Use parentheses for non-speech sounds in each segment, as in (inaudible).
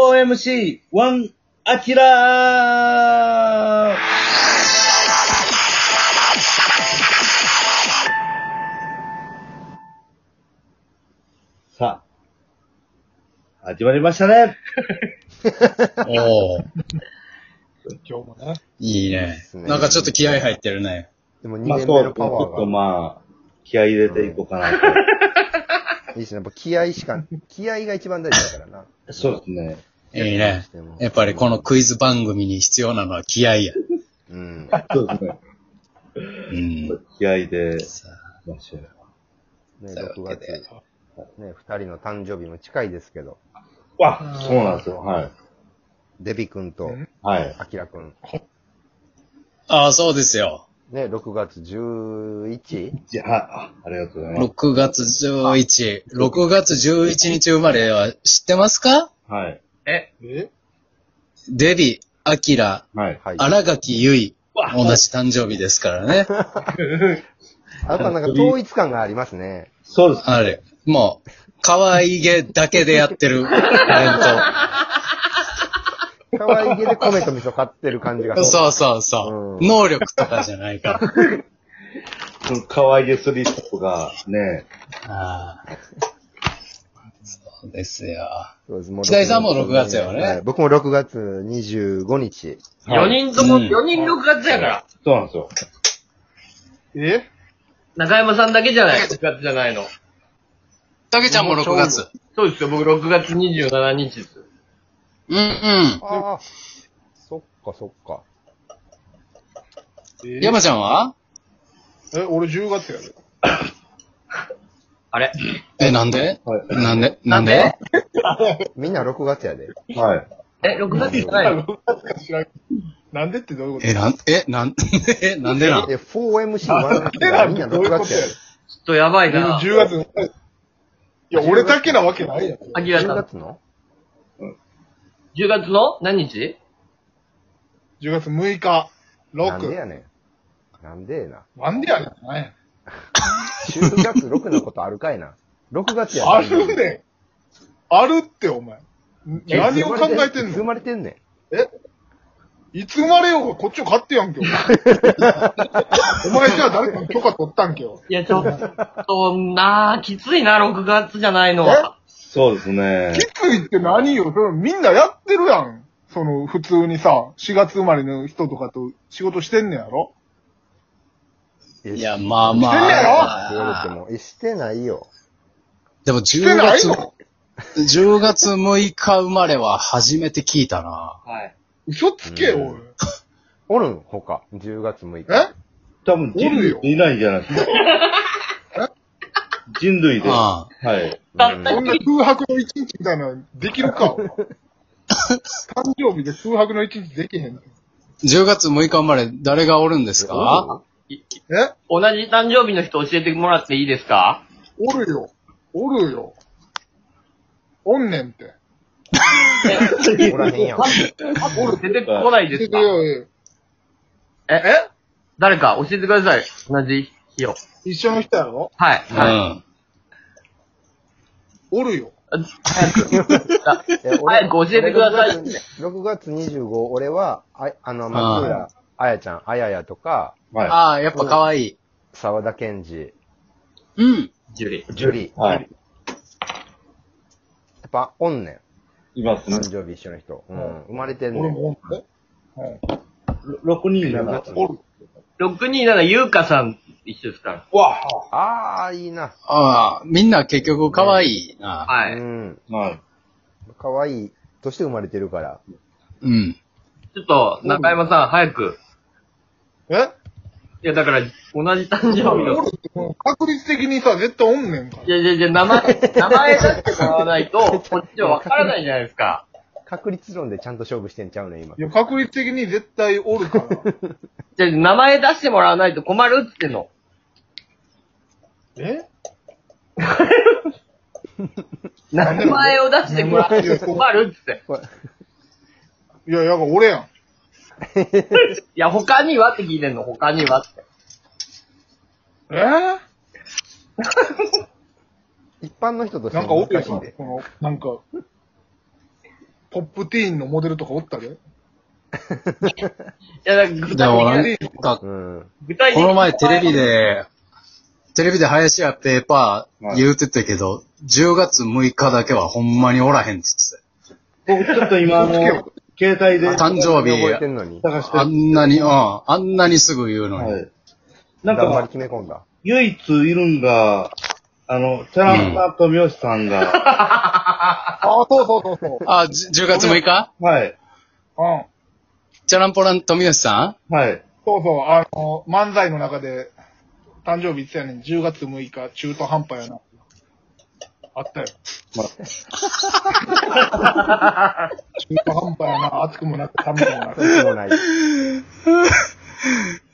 4MC1 アキラーさあ、始まりましたね。おお今日もね。いいねすねなんかちょっと気合入ってるね。でも2まあ、年そ目う、ちょのっパワとーが。まあ、気合い入れていこうかなと。いいですね。やっぱ気合しか、気合が一番大事だからな。そうですね。いいねでも。やっぱりこのクイズ番組に必要なのは気合や。うん。そうですね。うん。気合いで、さあましょう。ね、 (laughs) そういう6わけ月で、ね、2人の誕生日も近いですけど、わ、そうなんですよ。はい。デビ君とうんはい。アキラ君。ああ、そうですよ。ね、6月 11? じゃあ、あありがとうございます。 6月11、6月11日生まれは知ってますかはい。ええデビ、アキラ、はい。はい。荒垣結衣、同じ誕生日ですからね。あとはなんか統一感がありますね。そうです。あれ、もう、可愛げだけでやってるタ可愛げで米と味噌買ってる感じレンが (laughs) ト。 (laughs) そうそうそう。うん能力とかじゃないから。この可愛げスリップが、ね、ああ。そうですよ。そうです。もう北井さんも6月やわねはい僕も6月25日。は4い人とも、うん4人6月やから。そうなんですよ。え中山さんだけじゃない。6月じゃないの。たけちゃんも6月。そうですよ、僕6月27日です。うんうん。ああ、そっかそっか。え山ちゃんはえ、俺10月やで。あれえ、なんではなんでなんでみんな6月やで。い。はい。え、6月じゃないの知らん。なんでってどういうことえ、なん、え、なん、え、なんでなんえ、4MC1 がみんな6月やで。ちょっとやばい俺もな。 10月の。いや、俺だけなわけないやん。アキラさ10ん、月の10月の何日10月6日、なんで6。やねん。なんでえな。なんでやねんなんや。 10月6のことあるかいな。6月 (laughs) やあるねん。あるって、お前。え何を考えてんいつ生のまれてんねいつ生まれようがこっちを買って (laughs) やんけ、お前。お前じゃあ誰かの許可取ったんけよ。いや、ちょっと、なあきついな、6月じゃないのは。そうですねき。ついって何よそれみんなやってるやん。その、普通にさ、4月生まれの人とかと仕事してんねやろん。いや、まあましてんねやろ言われてあ。も、え、してないよ。でもして10ない月、の10月6日生まれは初めて聞いたな。はい。嘘つけよ、うんおい。おるん他。10月6日。え多分人類いないんじゃないですか。人類で。はああい。たったこんな空白の一日みたいなのできるか。お前誕生日で空白の一日できへんの。 10月6日生まれ誰がおるんですかえ同じ誕生日の人教えてもらっていいですかおるよ。おるよ。おんねんって。おらへんやん。 (laughs) 俺出てこないですかよ。え、え誰か教えてください。同じ日を。一緒の人やろはい。うはい。ん。おるよ。 (laughs) あ早く。あえ早く教えてください。 6月25、俺は、ああの、あ松浦、あやちゃん、あややとか、はああ、やっぱ可愛い。沢田健二、うん。ジュリー。ジュリー。い。はい。やっぱ、おんねいますん。ね誕。生日一緒の人。うん。生まれてんね俺ん。もおんねん。 6人7おる。 627ゆうかさん一緒ですから。わああ、いいな。ああ、みんな結局可愛いな。はうい。ん。はい。可愛いとして生まれてるから。うん。ちょっと、中山さん、早く。えいや、だから、同じ誕生日の。もう確率的にさ、絶対おんねんからい。やいやいや、名前、名前だってもらわないと、こっちはわからないじゃないですか。確率論でちゃんと勝負してんちゃうねん、今い。や、確率的に絶対おるから。じゃあ名前出してもらわないと困るっつってんの。え名前を出してもらわないと困るっつ (laughs) って。いや、やっぱ俺や (laughs) ん。いや、他にはって聞いてんの、他にはって。えー、一般の人としてなんかおるやん。難しいで。この、なんか、ポップティーンのモデルとかおったで。いや、だから具でも、な体ん的か、こうん。具体的にの前テレビ。で、テレビで林家ペーパー言うてたけど、10月6日だけはほんまにおらへんって僕ちょっと今、あの、携帯言でってた。誕生覚え日、てんのに。探してあんなに、うん、あんなにすぐ言うのに。はい。なん頑張りか、決め込んだ。唯一いるんが、あの、チャランさんとミョシさんが、ああ、そうそうそうそう。あ、じ10月6日 (laughs) はい、うん。チャランポラン富吉さはい。そうそう、あの、漫才の中で、誕生日いつやねん、10月6日、中途半端やな。あったよ。まあ中途半端やな、熱くもなく寒くもなく。そうもない。ん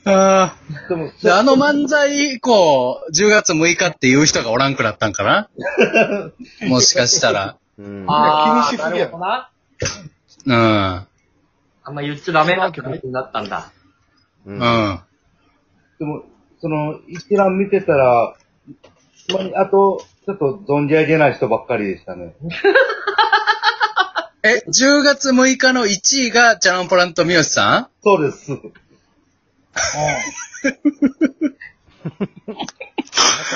あでも、あ。で、あの漫才以降、10月6日っていう人がおらんくなったんかなもしかしたら。うん。ああ、気にしすぎなやるほどな。うん。あんま言っちゃダメな気持ちになったんだ。う。うんん。でも、その、一覧見てたら、ほんまにあと、ちょっと存じ上げない人ばっかりでしたね。え、10月6日の1位がチャランポランと三好さそうです。中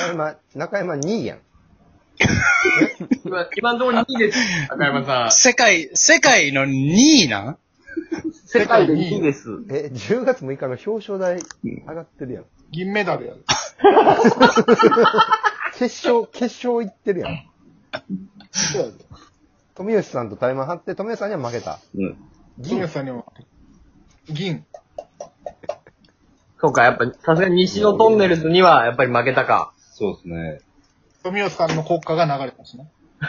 山、中山2位やん。今、今のところ2位です。中山さ (laughs) ん世界、世界の2位なんん。世界で2位です。え、10月6日の表彰台上がってるやん。銀メダルやで。決勝、決勝行ってるやん。そうやで。富吉さんとタイマン張って、富吉さんには負けた。うん。富吉さんには、銀。そうか、やっぱ、さすがに西のトンネルズには、やっぱり負けたか。そうですね。富吉さんの国歌が流れたしね。ト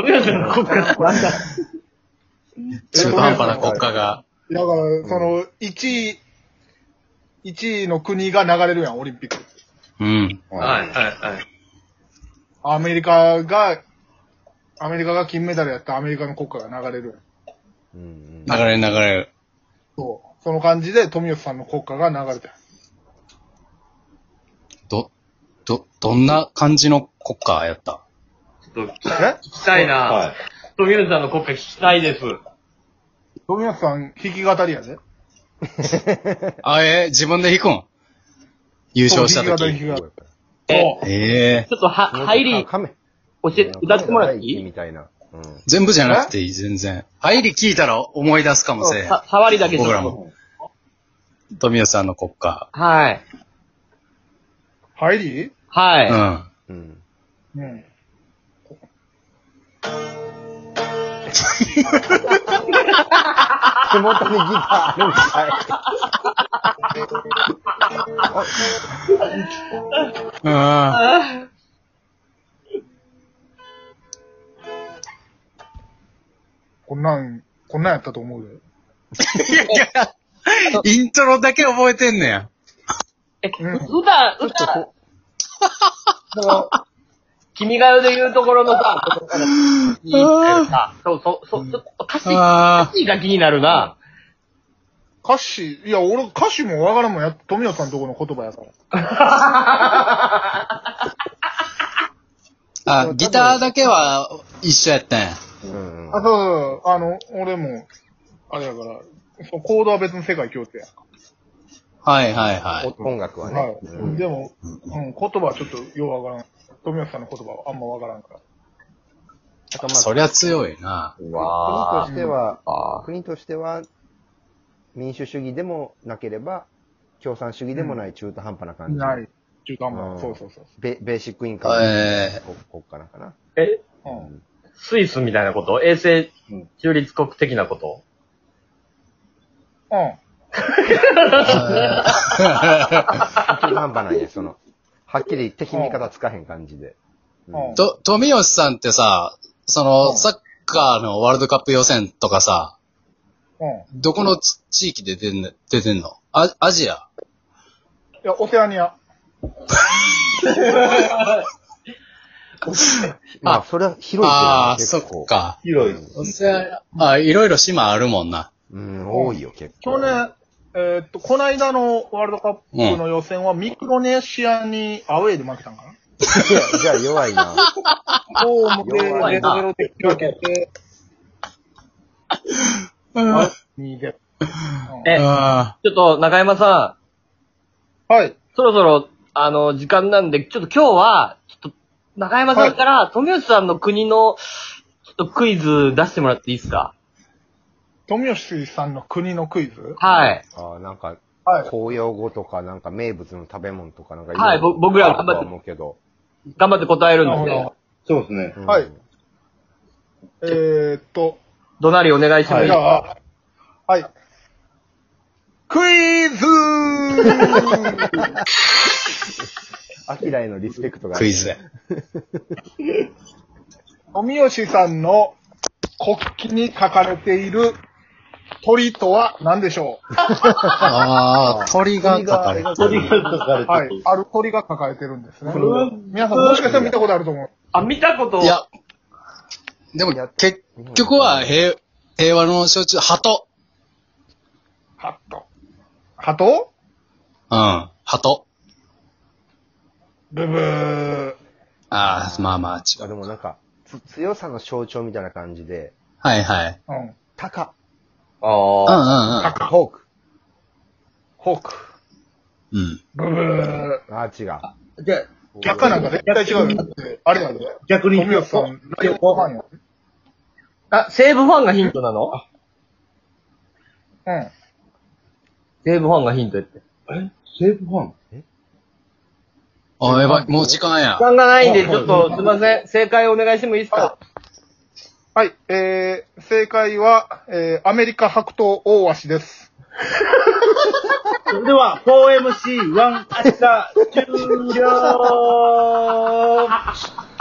ンネルズの国家なんだ。中途半端な国家が。だから、その、1位、1位の国が流れるやん、オリンピック。うん。はい、はい、はい。アメリカが、アメリカが金メダルやったアメリカの国歌が流れるやうん。ん。流れる流れる。そう。その感じで、富吉さんの国歌が流れた。ど、ど、どんな感じの国家やったちょっと、え聞きたいな。はトンネルズさんの国家聞きたいです。富吉さん、弾き語りやで。 (laughs) あ、えー自分で弾くん優勝したそう弾時き。語り、弾き語え、ええちょっとは、入あり、教亀。えて、歌ってもらってい亀が第一位いみたいな。うん。全部じゃなくていい、全然。入り聞いたら思い出すかもしれん。さ触りだけちょ僕っらと。も。富吉さんの国家。はい。り。入りはい。うん。うん。うん。手元にギターあるんかい。あこんなん、こんなんやったと思うで。あ。イントロだけ覚えてんねや。え、うん歌、歌、もう、君が代で言うところのさ、いいさ、そう、そう、そう、ちょっと歌詞、あ歌詞が気になるな。歌詞、いや、俺、歌詞もわからんもんや。富吉さんとこの言葉やから。あ。あ、ギターだけは一緒やったんや。うんあ、そうそうそう。あの、俺も、あれやから、そうコードは別の世界共通やんか。はいはいはい。音楽ははね。い。うんでも、うん、言葉はちょっとようわからん。富吉さんの言葉はあんまわからんから。あとまそりゃ強い (laughs) な。うあ、国ぁとしては、あ国としては、民主主義でもなければ、共産主義でもない中途半端な感じ。ない。中間も、うんそうそうそう。ベベーシックインカムえ国国家なんかな。ーえ、うん。スイスみたいなこと衛星うん中立国的なことうん。ー、中途半端なんや、その、はっきり敵味方つかへん感じで。うんうんと、富吉さんってさ、その、サッカーのワールドカップ予選とかさ、うん。どこの地地域で出てんの出てんのアアジアいや、オセアニア。まあ、それは広いけどねああ、結そ構っ。か。広いです。オセアあ、いろいろ島あるもんな。うん、多いよ、結構。去年、えーっと、この間のワールドカップの予選はミクロネシアにアウェイで負けたんかな、いやじゃあ弱いな。こうもで、弱ゼいなロゼロ的分けて、あ2で。え、あちょっと中山さはい。ん、そろそろ、あの、時間なんで、ちょっと今日は、ちょっと、中山さんから、富吉さんの国の、ちょっとクイズ出してもらっていいですか富吉さんの国のクイズはい。ああ、なんか、はい。紅葉語とか、なんか名物の食べ物とか、なんかはいぼ僕ら頑張ってあるとは思うけど。頑張って答えるんなるでほねど。。そうですね。うんはいえーっと、どなりお願いします。じゃあ、はい。クイズ (laughs) アキラへのリスペクトあが。クイズで。富吉さんの国旗に書かれている鳥とは何でしょうああ、鳥が書かれて鳥が書かれてはいる。。ある鳥が書かれてるんですね。皆さんもしかしたら見たことあると思う。あ、見たこといや、でも結局は平平和の象徴、鳩。ハト。ハトうん、鳩。ブブー。ああ、まあまあ違あ、う。でもなんか、つ強さの象徴みたいな感じで、はいはい。うん。タカ、うんああ。タカ。ホーク。ホーク。うんうん。うん。ブブー。あー、違う。じゃあ、逆なんか絶対違うよ。だってあれやで。逆に富吉さん、ライオンファンあ、西武ファンがヒントなのや。西武ファンがヒントやって。時え西武ファンあやばい、もう時間や。間がないんで、ちょっと、すいません。正解お願いしてもいいですかはい。えー、正解は、えー、アメリカ白頭大鷲です。それでは、4MC1 明日終了